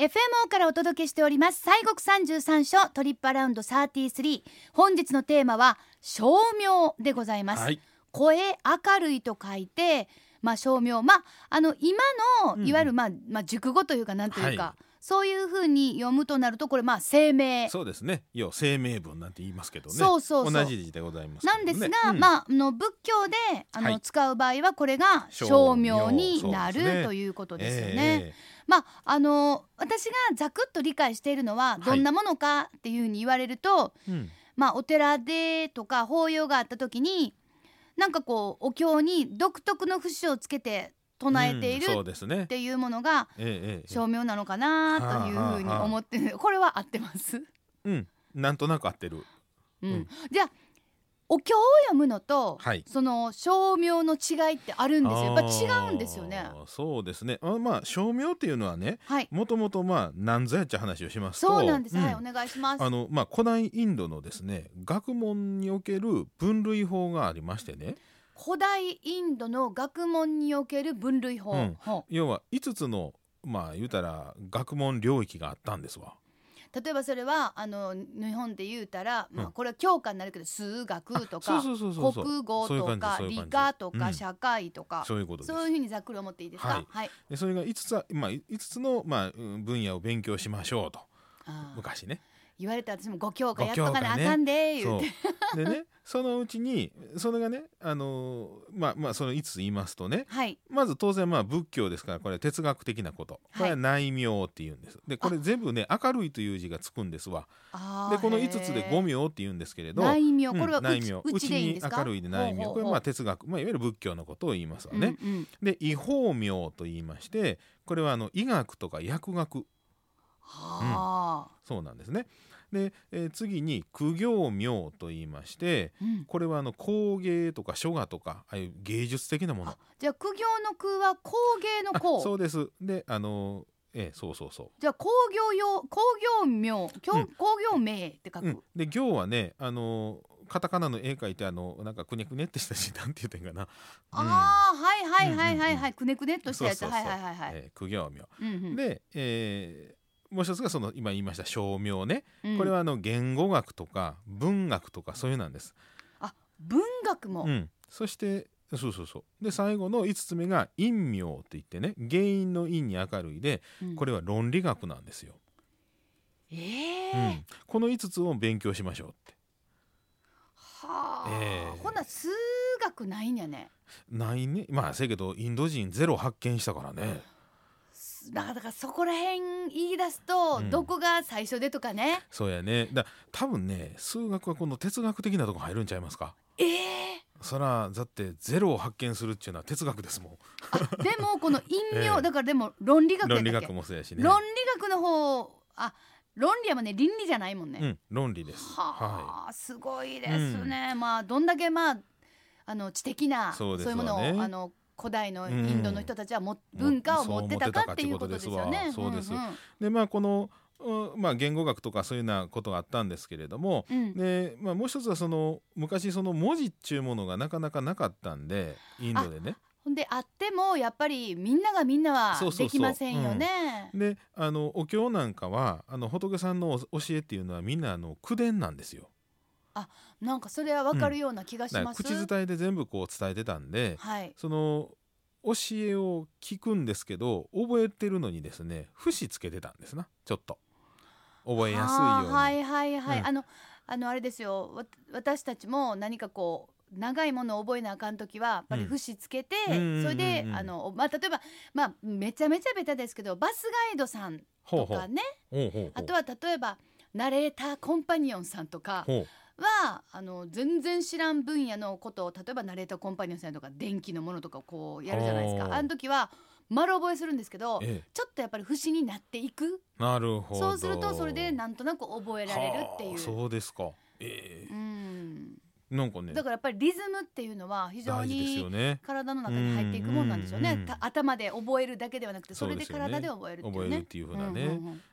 FMO からお届けしております西国三十三所トリップアラウンド33本日のテーマは照明でございます、はい声明るいと書いてまあ照明まああの今うんうのんいわゆるまあ、まあ熟語というかなんというか、はそういうふうに読むとなるとこれまあ声明そうですね。要は声明文なんて言いますけどね。そうそうそう同じ字でございますけどなね、んですが、うんまあ、あの仏教であの、はい使う場合はこれが照照明明になそうでするねということですよね。ええまああの私がざくっと理解しているのはどんなものかっていうふうに言われると、うんまあ、お寺でとか法要があった時になんかこうお経に独特の節をつけて唱えているうんそうですねっ。ていうものがええええ照明なのかなというふうに思ってるこれは合ってます、うん。なんとなく合ってる。うんうんじゃあお経を読むのと、はいその照明の違いってあるんですよやっぱ違うんですよねあ。ー。そうですね。あまあ照明っていうのはね、はいもともとまあなんぞやっちゃ話をしますと、そうなんです、はいおん願いしますあのまあ古代インドのですね、学問における分類法がありましてね、古代インドの学問における分類法、うんほう要は五つのまあ言うたら学問領域があったんですわ。例えばそれはあの日本で言うたら、まあ、うんこれは教科になるけど数学とかあそうそうそうそうそう国語そういうと感じかそういう理感じ科とうかん社会とか、そういうことです。そういうふうにざっくり思っていいですかは。いはい、でそれが5つあ、まあ、い5つの、まあ、うん分野を勉強しましょうとあー昔ね。言われた私もご教科ごやっと教科かねなあかんで言そうてう でねそのうちにそれがね、あのーまあまあ、その5つ言いますとねはいまず当然まあ仏教ですからこれ哲学的なことこれは内明っていうんです。でこれ全部ね明るいという字がつくんですわ。あーでこの5つで五へー明っていうんですけれど。内明うんこれは内内明うちうちでいいんにですか明るいで内明ほうほこうれほうまあ哲学、まあ、いわゆる仏教のことを言いますわね。うんうんで医法明と言いましてこれはあの医学とか薬学はあ、そうなんですね。で、えー次に苦行明と言いましてうんこれはあの工芸とか書画とかああいう芸術的なものあじゃあ苦行の空は工芸の あそ工うですであのええそうそうそじゃあ工業用工業名う工ん工業名って書う、うんく、、で行はねあのカタカナの絵描いてあのなんかくねくねってした しなんて言うてんかな、ああはいはいはいはいうんうんはういくねくねっとしたやつそうそうはいうそはいはいはい、えー苦行明うんうんで、えーもう一つがその今言いました称名ねうんこれはあの言語学とか文学とかそういうなんです。文学も、うん、そしてそうそうそうで最後の5つ目が「陰明」って言ってね原因の因に明るいでうんこれは論理学なんですよ、えうえん、この5つを勉強しましょうってはあ、ええほな数学ないんやねないねまあせやけどインド人ゼロ発見したからねすだからだからそこら辺言い出すと、うんどこが最初でとかねそうやねだ多分ね数学はこの哲学的なとこ入るんちゃいますかええそらだってゼロを発見するっていうのは哲学ですもんあでもこの陰陽、 ええだからでも論理学やっ論た理っけ学もそうやしね論理学の方あ論理はもうね倫理じゃないもんね、うん、論理ですはあは、すごいですね、まあどんだけまああの知的なそ,、そううですいわうねものをあの古代のインドの人たちはも、うん文化をそう持ってたかっていうことですよね。そう思ってんたかってことですわいでまあこの、うんまあ、言語学とかそういうようなことがあったんですけれども、うんうんで、まあ、もう一つはその昔その文字っちゅうものがなかなかなかったんでインドでねほんであってもやっぱりみんながみんなはそうそうそうできませんよね。であのお経なんかはあの仏さんのお教えっていうのはみんなあの口伝なんですよなんかそれはわかるような気がしだかまらす。口伝えで全部こう伝えてたんではい。その教えを聞くんですけど覚えてるのにですね節つけてたんですなちょっと覚えやすいようあーに、はいはいはい。うんあのあのあれですよ。わ私たちも何かこう。長いものを覚えなあかん時はやっぱりうん節つけて、うんうんうんうんそれであの、まあ、例えば、まあ、めちゃめちゃベタですけどバスガイドさんほとうほうかねほうほうほうあとは例えばナレーターコンパニオンさんとかほうはあの全然知らん分野のことを例えばナレーターコンパニオンさんとか電気のものとかをこうやるじゃないですほかうあの時は丸覚えするんですけどえちょっとやっぱり節になっていくえ、なるほどそうするとそれでなんとなく覚えられるっていはあう。そうですかええうんなんかねだからやっぱりリズムっていうのは非常大事ですよにね体の中に入っていくもんなんでしょううんうんねうんた頭で覚えるだけではなくてそれでそうですよね体で覚えるってい覚うえるっね。ていうふううんうなんね、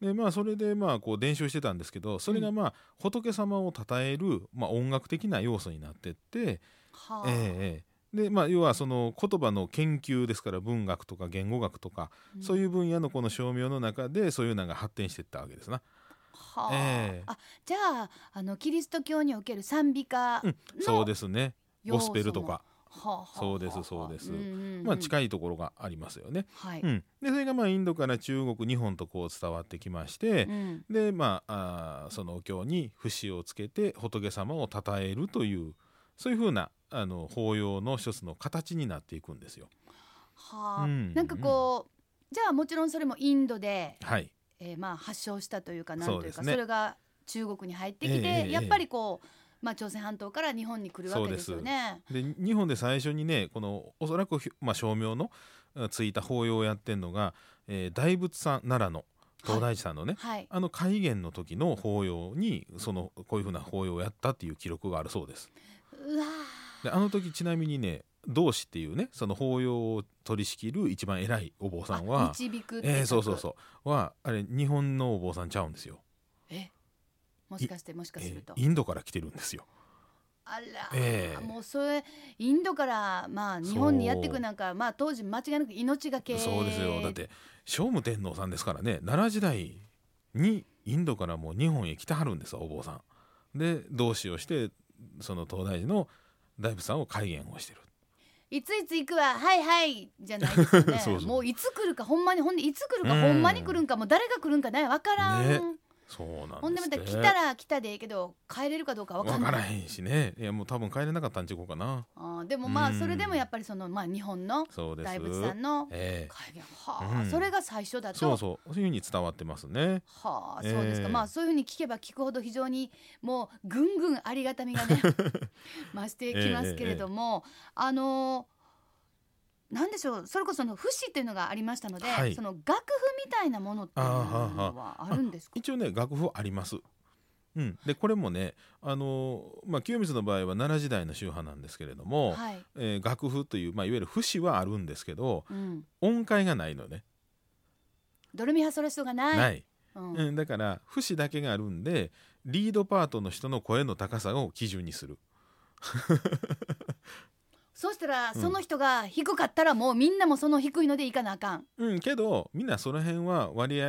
うんでまあそれでまあこう伝承してたんですけどそれがまあ仏様を称える、まあ、音楽的な要素になってって、はええあええでまあ、要はその言葉の研究ですから文学とか言語学とか、そういう分野のこの照明の中でそういうのが発展していったわけですな。はあ、ええあじゃああのキリスト教における賛美歌うん、そうですね要ゴ素スもペルとか、はあはあそうですそうですまあ、い、近いところがありますよね。はいうん、でそれがまあインドから中国日本とこう伝わってきまして、うんでまああーそのお経に節をつけて仏様を称えるというそういうふうなあの法要の一つの形になっていくんですよ。はあ、うんなんかこうじゃあもちろんそれもインドで、はい、えー、まあ発祥したというかなんというそかうそ,、ですねれが中国に入ってきて、ええええやっぱりこう、まあ、朝鮮半島から日本に来るわけですよね。で日本で最初にねこのおそらくひ、まあ、照明のあついた法要をやってんのが、えー大仏さん奈良の東大寺さんのね、はい、あの戒厳の時の法要にそのこういうふうな法要をやったっていう記録があるそうです。うわであの時ちなみにね道士っていうねその法要を取り仕切る一番偉いお坊あさんは導くってえーそうそううそうはあれ日本のお坊さんちゃうんですよ、えもしかしてもしかすると、えーインドから来てるんですよあら、ええもうそれインドからまあ日本にやってくなんかまあ当時間違いなく命がけそうですよだって聖武天皇さんですからね奈良時代にインドからもう日本へ来てはるんですよお坊さんで道士をしてその東大寺の大仏さんを戒厳をしてるいついつ行くわはいはいじゃないですよね そうそうもういつ来るかほんまにほんでいつ来るかうんほんまに来るんかもう誰が来るんかねわからん、ねそうなんですほんでまた来たら来たでええけど帰れるかどうかわ分かんかないらへんしねいやもう多分帰れなかったんちこうかなあーでもまあうんそれでもやっぱりそのまあ日本のそうです大仏さんのええ会見はあ、うんそれが最初だとそうそうそういうふうに伝わってますね。はあ、そうですか、ええまあそういうふうに聞けば聞くほど非常にもうぐんぐんありがたみが ね増してきますけれども、あのなんでしょうそれこそその節っていうのがありましたので、はいその楽譜みたいなものっていうのはあるんですか一応ね楽譜あります。うん、でこれもね、あのーまあ、清水の場合は奈良時代の宗派なんですけれども、はい、えー楽譜という、まあ、いわゆる節はあるんですけどうん、音階がないのね、ドルミハソラシドがないない、うんうん、だから節だけがあるんでリードパートの人の声の高さを基準にするそうしたらうんその人が低かったらもうみんなもその低いのでいかなあかん、うん、けどみんなその辺は割合、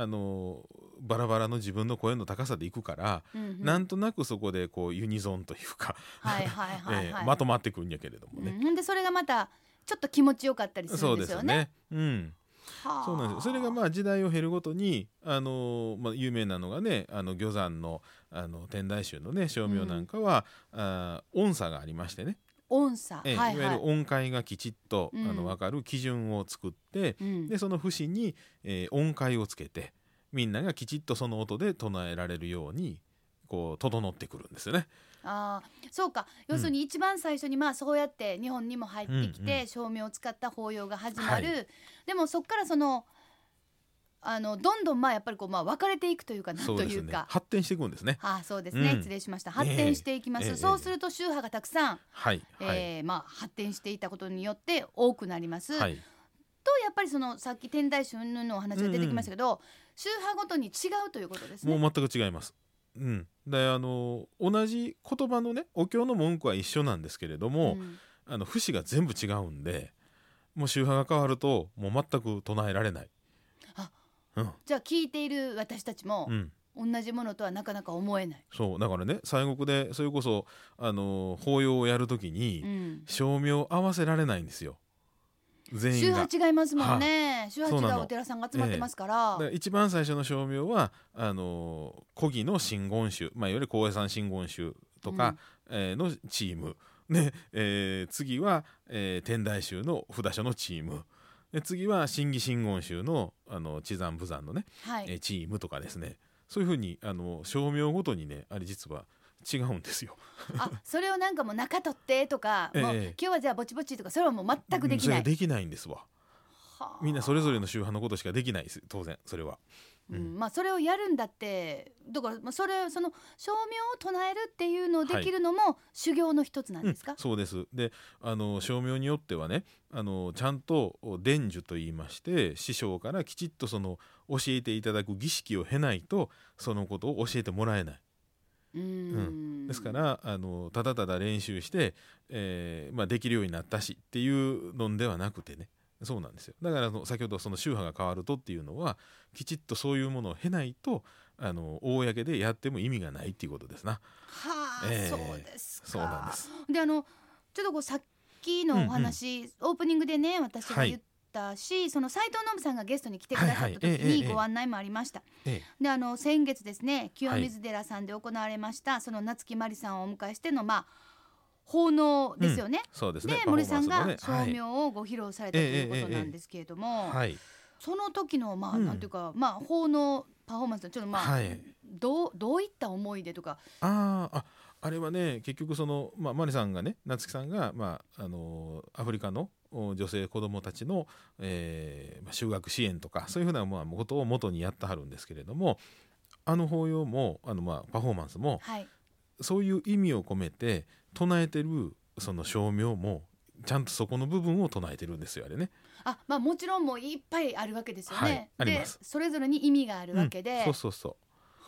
あのーバラバラの自分の声の高さでいくから、うんうんなんとなくそこでこうユニゾンというか、はいはいはいはい、 えーまとまってくるんやけれどもね。うん、ほんでそれがまたちょっと気持ちよかったりすそるうんでですすよよね。ね。うん、はあそうなんですよ。それがまあ時代を経るごとに、あのーまあ有名なのがね、あの魚山のあの天台宗のね、称名なんかは、あー音差がありましてね、音差、ええはいい、はわいゆる音階がきちっと、うんあのわかる基準を作って、うん、でその節に、えー音階をつけて、みんながきちっとその音で唱えられるように。こう整ってくるんですよね。ああそうか要するに一番最初にまあそうやって日本にも入ってきうんうて照明を使った法要が始まる、はでもそこからそのあのどんどんまあやっぱりこうまあ分かれていく というかなんそうとでいすうね。か。発展していくんですね。ああそうですね、うん失礼しました発展していきます、ええええそうすると宗派がたくさん、はい。えはい。ーまあ、発展していたことによって多くなります、はい。とやっぱりそのさっき天台宗のお話が出てきましたけど、宗派ごとに違うということですね。もう全く違います。うん、であの同じ言葉のねお経の文句は一緒なんですけれども、うんあの節が全部違うんでもう宗派が変わるともう全く唱えられない。あうんじゃあ聞いている私たちもう、ん、同じものとはなかなか思えない。そうだからね西国でそれこそあの法要をやるときうにん、照明を合わせられないんですよ全宗員が。派違いますもんね。宗そう派な違うのお寺さんが集まってますからだか。ら一番最初の照明はあの古義の真言宗、まあ、いわゆる高野山真言宗とか、えーのチーム、ねえー次は、えー天台宗の札所のチームで次は真偽真言宗のあの地山部山のね、はえい。ーチームとかですねそういうふうにあの照明ごとにねあれ実は違うんですよ。あ、それをなんかもう中取ってとか、 ええもう今日はじゃあぼちぼちとか、それはもう全くできなうんそれがい。できないんですわ。はあみんなそれぞれの宗派のことしかできないです当然それは。ううんん、まあそれをやるんだって、だからまあそれその照明を唱えるっていうのをできるのも修行の一つなんですかうん。そうですであの照明によってはねあのちゃんと伝授と言いまして師匠からきちっとその教えていただく儀式を経ないとそのことを教えてもらえないうんですからあのただただ練習して、えーまあ、できるようになったしっていうのではなくてねそうなんですよだからあの先ほどその宗派が変わるとっていうのはきちっとそういうものを経ないとあの公でやっても意味がないっていうことですな。はあ、ええそうですかそうなんですであのちょっとこうさっきのお話、オープニングでね私がはい言ったし、その斉藤信さんがゲストに来てくださった時はいはいえええにえご案内もありました、えであの先月ですね清水寺さんで行われました、その夏木マリさんをお迎えしてのまあ奉納ですよね、そうですでねパフォ森ーマさンんスのがね照明をご披露されたということなんですけれども、はい、はいその時のまあうんなんていうか、まあ奉納パフォーマンスのちょっとまあ、はいどうどういった思いでとか、あーああれはね結局その、まあ、マリさんがね夏木さんが、まああのーアフリカのお女性子どもたちの、えーまあ、修学支援とかそういうふうな、まあ、ことを元にやってはるんですけれどもあの法要もあの、まあ、パフォーマンスもはい、そういう意味を込めて唱えてるその照明もちゃんとそこの部分を唱えてるんですよあれね。あまあもちろんもういっぱいあるわけですよね。はいありでますそれぞれに意味があるわけうで、んそうそうそう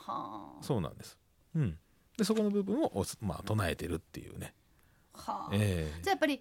はあそうなんです。うん、でそこの部分をおす、まあ、唱えてるっていうね。はあええじゃあやっぱり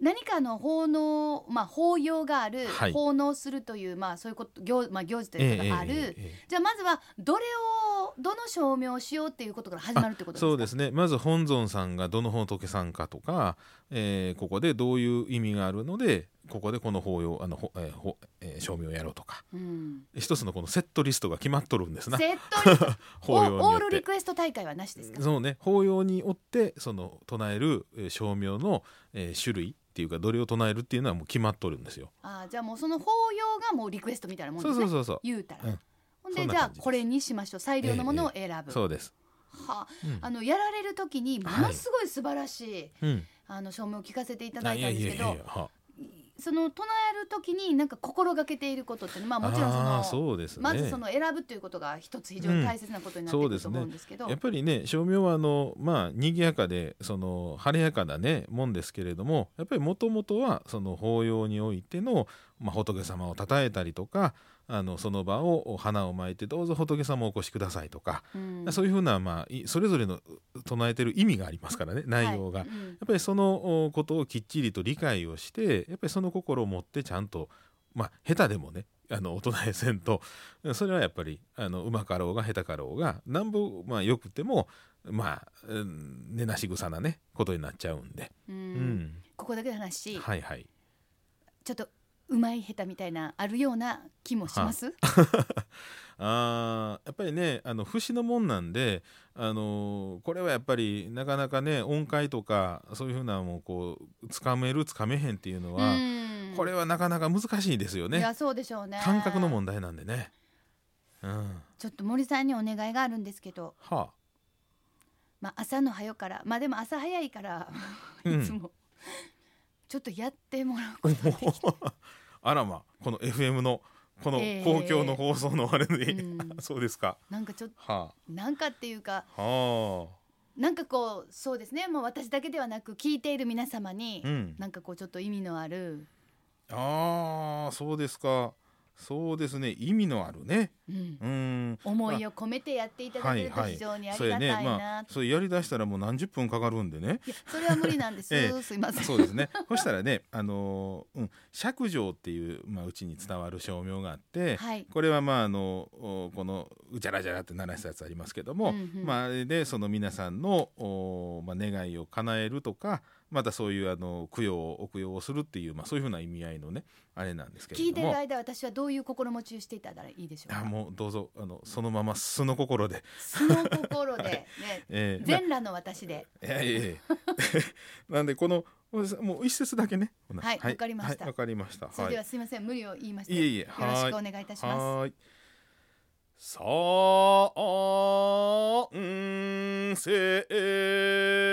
何かの奉納まあ法要がある、はい奉納するというまあそういうこと行まあ行事ということがある。ええええええじゃあまずはどれをどの照明をしようっていうことから始まるってことですか。そうですねまず本尊さんがどの仏さんかとか、えーここでどういう意味があるのでここでこの法要あの、ほえーほえー、照明をやろうとかうん。一つのこのセットリストが決まっとるんですなセットリ スト法要にオーよルっリて。クエスト大会はなしですか。そうね法要によってその唱えるえー照明の、えー種類っていうかどれを唱えるっていうのはもう決まっとるんですよ。あーじゃあもうその法要がもうリクエストみたいなもんでそすね。うそうそうそう言うたら。うんほんそでんなじゃあ感じですこれにしましょう最良のものを選ぶ。そうです。はあうんあのやられる時にものすごい素晴らしい、うん、あの照明を聞かせていただあいいたやんいでやすいけやどいやはその唱える時になんか心がけていることっていうのはまあもちろんそあのーそうですねまずその選ぶということが一つ非常に大切なことになってくると思うんですけど、やっぱりね照明はあのまあ賑やかでその晴れやかなねもんですけれどもやっぱりもともとはその法要においての、まあ、仏様を称えたりとかあのその場を花を巻いてどうぞ仏様をお越しくださいとか、うんそういうふうな、まあ、いそれぞれの唱えてる意味がありますからね内容が。はいうんやっぱりそのおことをきっちりと理解をしてやっぱりその心を持ってちゃんとまあ下手でもねあの大人へせんとそれはやっぱりあのうまかろうが下手かろうがなんぼまあよくてもまあ、うん、根なし草なねことになっちゃうんで、ううんんここだけの話、はいはいちょっとうまい下手みたいなあるような気もします。あーやっぱりねあの節のもんなんで、あのーこれはやっぱりなかなかね音階とかそういうふうなもうこうつかめるつかめへんっていうのは、うんこれはなかなか難しいですよねい。やそうでしょうね。感覚の問題なんでね。うん。はちょっと森さんにお願いがあるんですけど、あ。まあ朝の早からまあでも朝早いからういつん。も、ちょっとやってもらうおことできたー あらま、この FM のこのええ公共の放送のあれで、うん そうですか。なんかちょっとはなんかっていうかあ。はなんかこうそうですねもう私だけではなく聞いている皆様に、あ。うん。なんかこうちょっと意味のある、ああ、そうですか。そうですね。意味のあるね。うん、うん。思いを込めてやっていただけるとはいはい非常にあそりうがやたいねな、。まあ、それやりだしたらもう何十分かかるん でね。いやそれは無理なんです、えすいませんそうですね。そしたらね、あのーうん、釈上っていうまあうちに伝わる照明があって、はいこれはまああのおこのうじゃらじゃらって鳴らしたやつありますけども、うんうんまあ、あれでその皆さんの、おまあ、願いを叶えるとかまたそういうあの供養お供養をするっていう、まあ、そういうふうな意味合いのねあれなんですけれども聞いてる間私はどういう心持ちをしていたらいいでしょうあかもうどうぞあのそのまま素の心で、その心で、 ね、えー全裸の私でいや いやいや なんでこのもう一節だけねほなはいわかりましたはいわかりましたそれはいではすいません、無理を言いましたいえいえよろしくお願いいたしますはーい。三世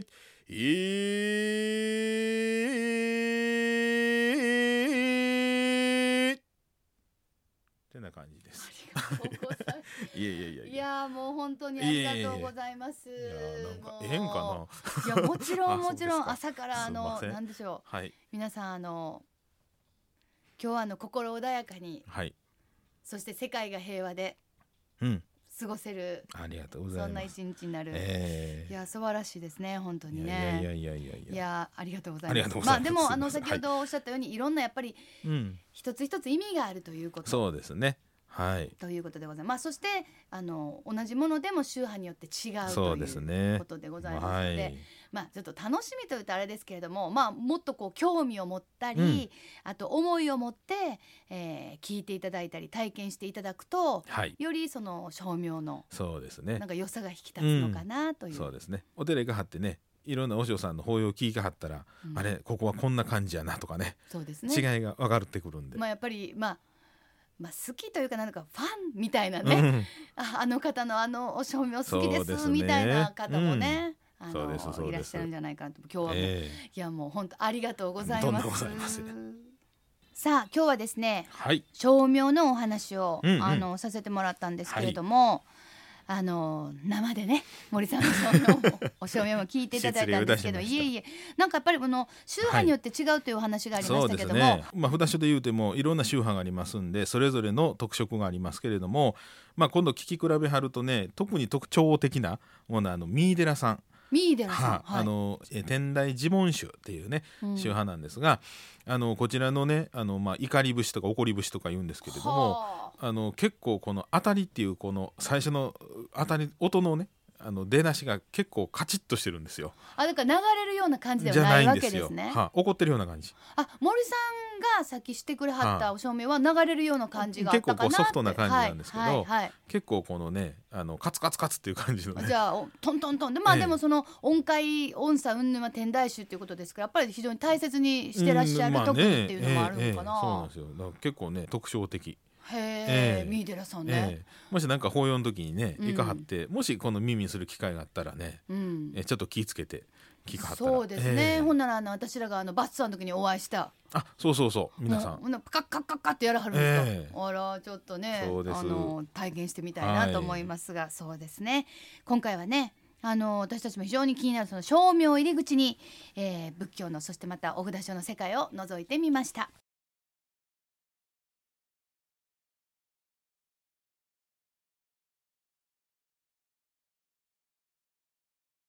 いっててな感じであすりがとうございまいやいやいや す。いいややーもう本当にありがとうございます。いやなんかもうええんかないやもちろん あそうもですちかろん朝からあのすいませんなんでしょうはい皆さんあの今日はあの心穏やかにはいそして世界が平和でうん過ごせるありがとうござそいんなます一日になる、えいや素晴らしいですね本当えいにやいやねいやいやいいややありがとうございありまがすとうござまいあますでもあはのい先ほどおっしゃったように、い、ろんなやっぱりうん一つ一つ意味があるということそうですねはいということでございます、まあ、そしてあの同じものでも宗派によって違うそとうですいうねことでございますはので、いまあ、ちょっと楽しみというとあれですけれども、まあ、もっとこう興味を持ったり、うんあと思いを持って、えー聞いていただいたり体験していただくとはいよりその照明のそうですねなんか良さが引き立つのかなという。そうですねお寺行かはってねいろんな和尚さんの法要を聞いかはったら、うんあれここはこんな感じやなとかねそうですね違いが分かってくるんで、まあ、やっぱり、まあまあ、好きというかなんかファンみたい なうね、んああの方のあのお照明好きでそうですすねみたいな方もね、あそうのですそうですいらっしゃるんじゃないかなと今日はもう、えいやもう本当ありがとうございますとんでもございませさあ今日はですねえはい照明のお話を、うんうんあのさせてもらったんですけれども、あの生でね森さんの照明もお照明も聞いていただいたんですけど失礼をいえいたしましたいえなんかやっぱりこの宗派によって違うというお話がありまそしたうけですども、ね、まあ、札所で言うてもいろんな宗派がありますんでそれぞれの特色がありますけれども、まあ、今度聞き比べはるとね特に特徴的なものはあの三井寺さんミーデラさん、ははいあのえ天台寺門宗っていうねうん宗派なんですが、あのこちらのねあの、まあ、怒り節とか怒り節とか言うんですけれども、はああの結構この当たりっていうこの最初の当たり音のねあの出だしが結構カチッとしてるんですよ。あだから流れるような感じでじはゃなないいんわでけすでよ。すね。は怒ってるような感じ。あ森さんがさっきしてくれはっはたお照明は流れるような感じがあったかなって結構こうソフトな感じなんですけどはいはいはい結構このねあのカツカツカツっていう感じのじね。ゃあおトントントンでまあええでもその音階音差云々は天台宗っていうことですからやっぱり非常に大切にしてらっしゃるうんまあ特ね技っていうのもあるのかなええええそうなんですよ。だから結構ね特徴的。へえええ三井寺さんえねえもしなんか法要の時にねうんいかはって、もしこの耳にする機会があったらね、うんえちょっと気ぃつけて聞かはったら。そうですね、ええほんならあの私らがあのバッツさんの時にお会いしたあそうそうそう皆さ。もうんほんならカッカッカッカッってやらはるんですか、ええあらちょっとねそうですあの体験してみたいなと思いますが、そうですね今回はねあの私たちも非常に気になるその照明入り口に、えー仏教のそしてまたお札所の世界を覗いてみました。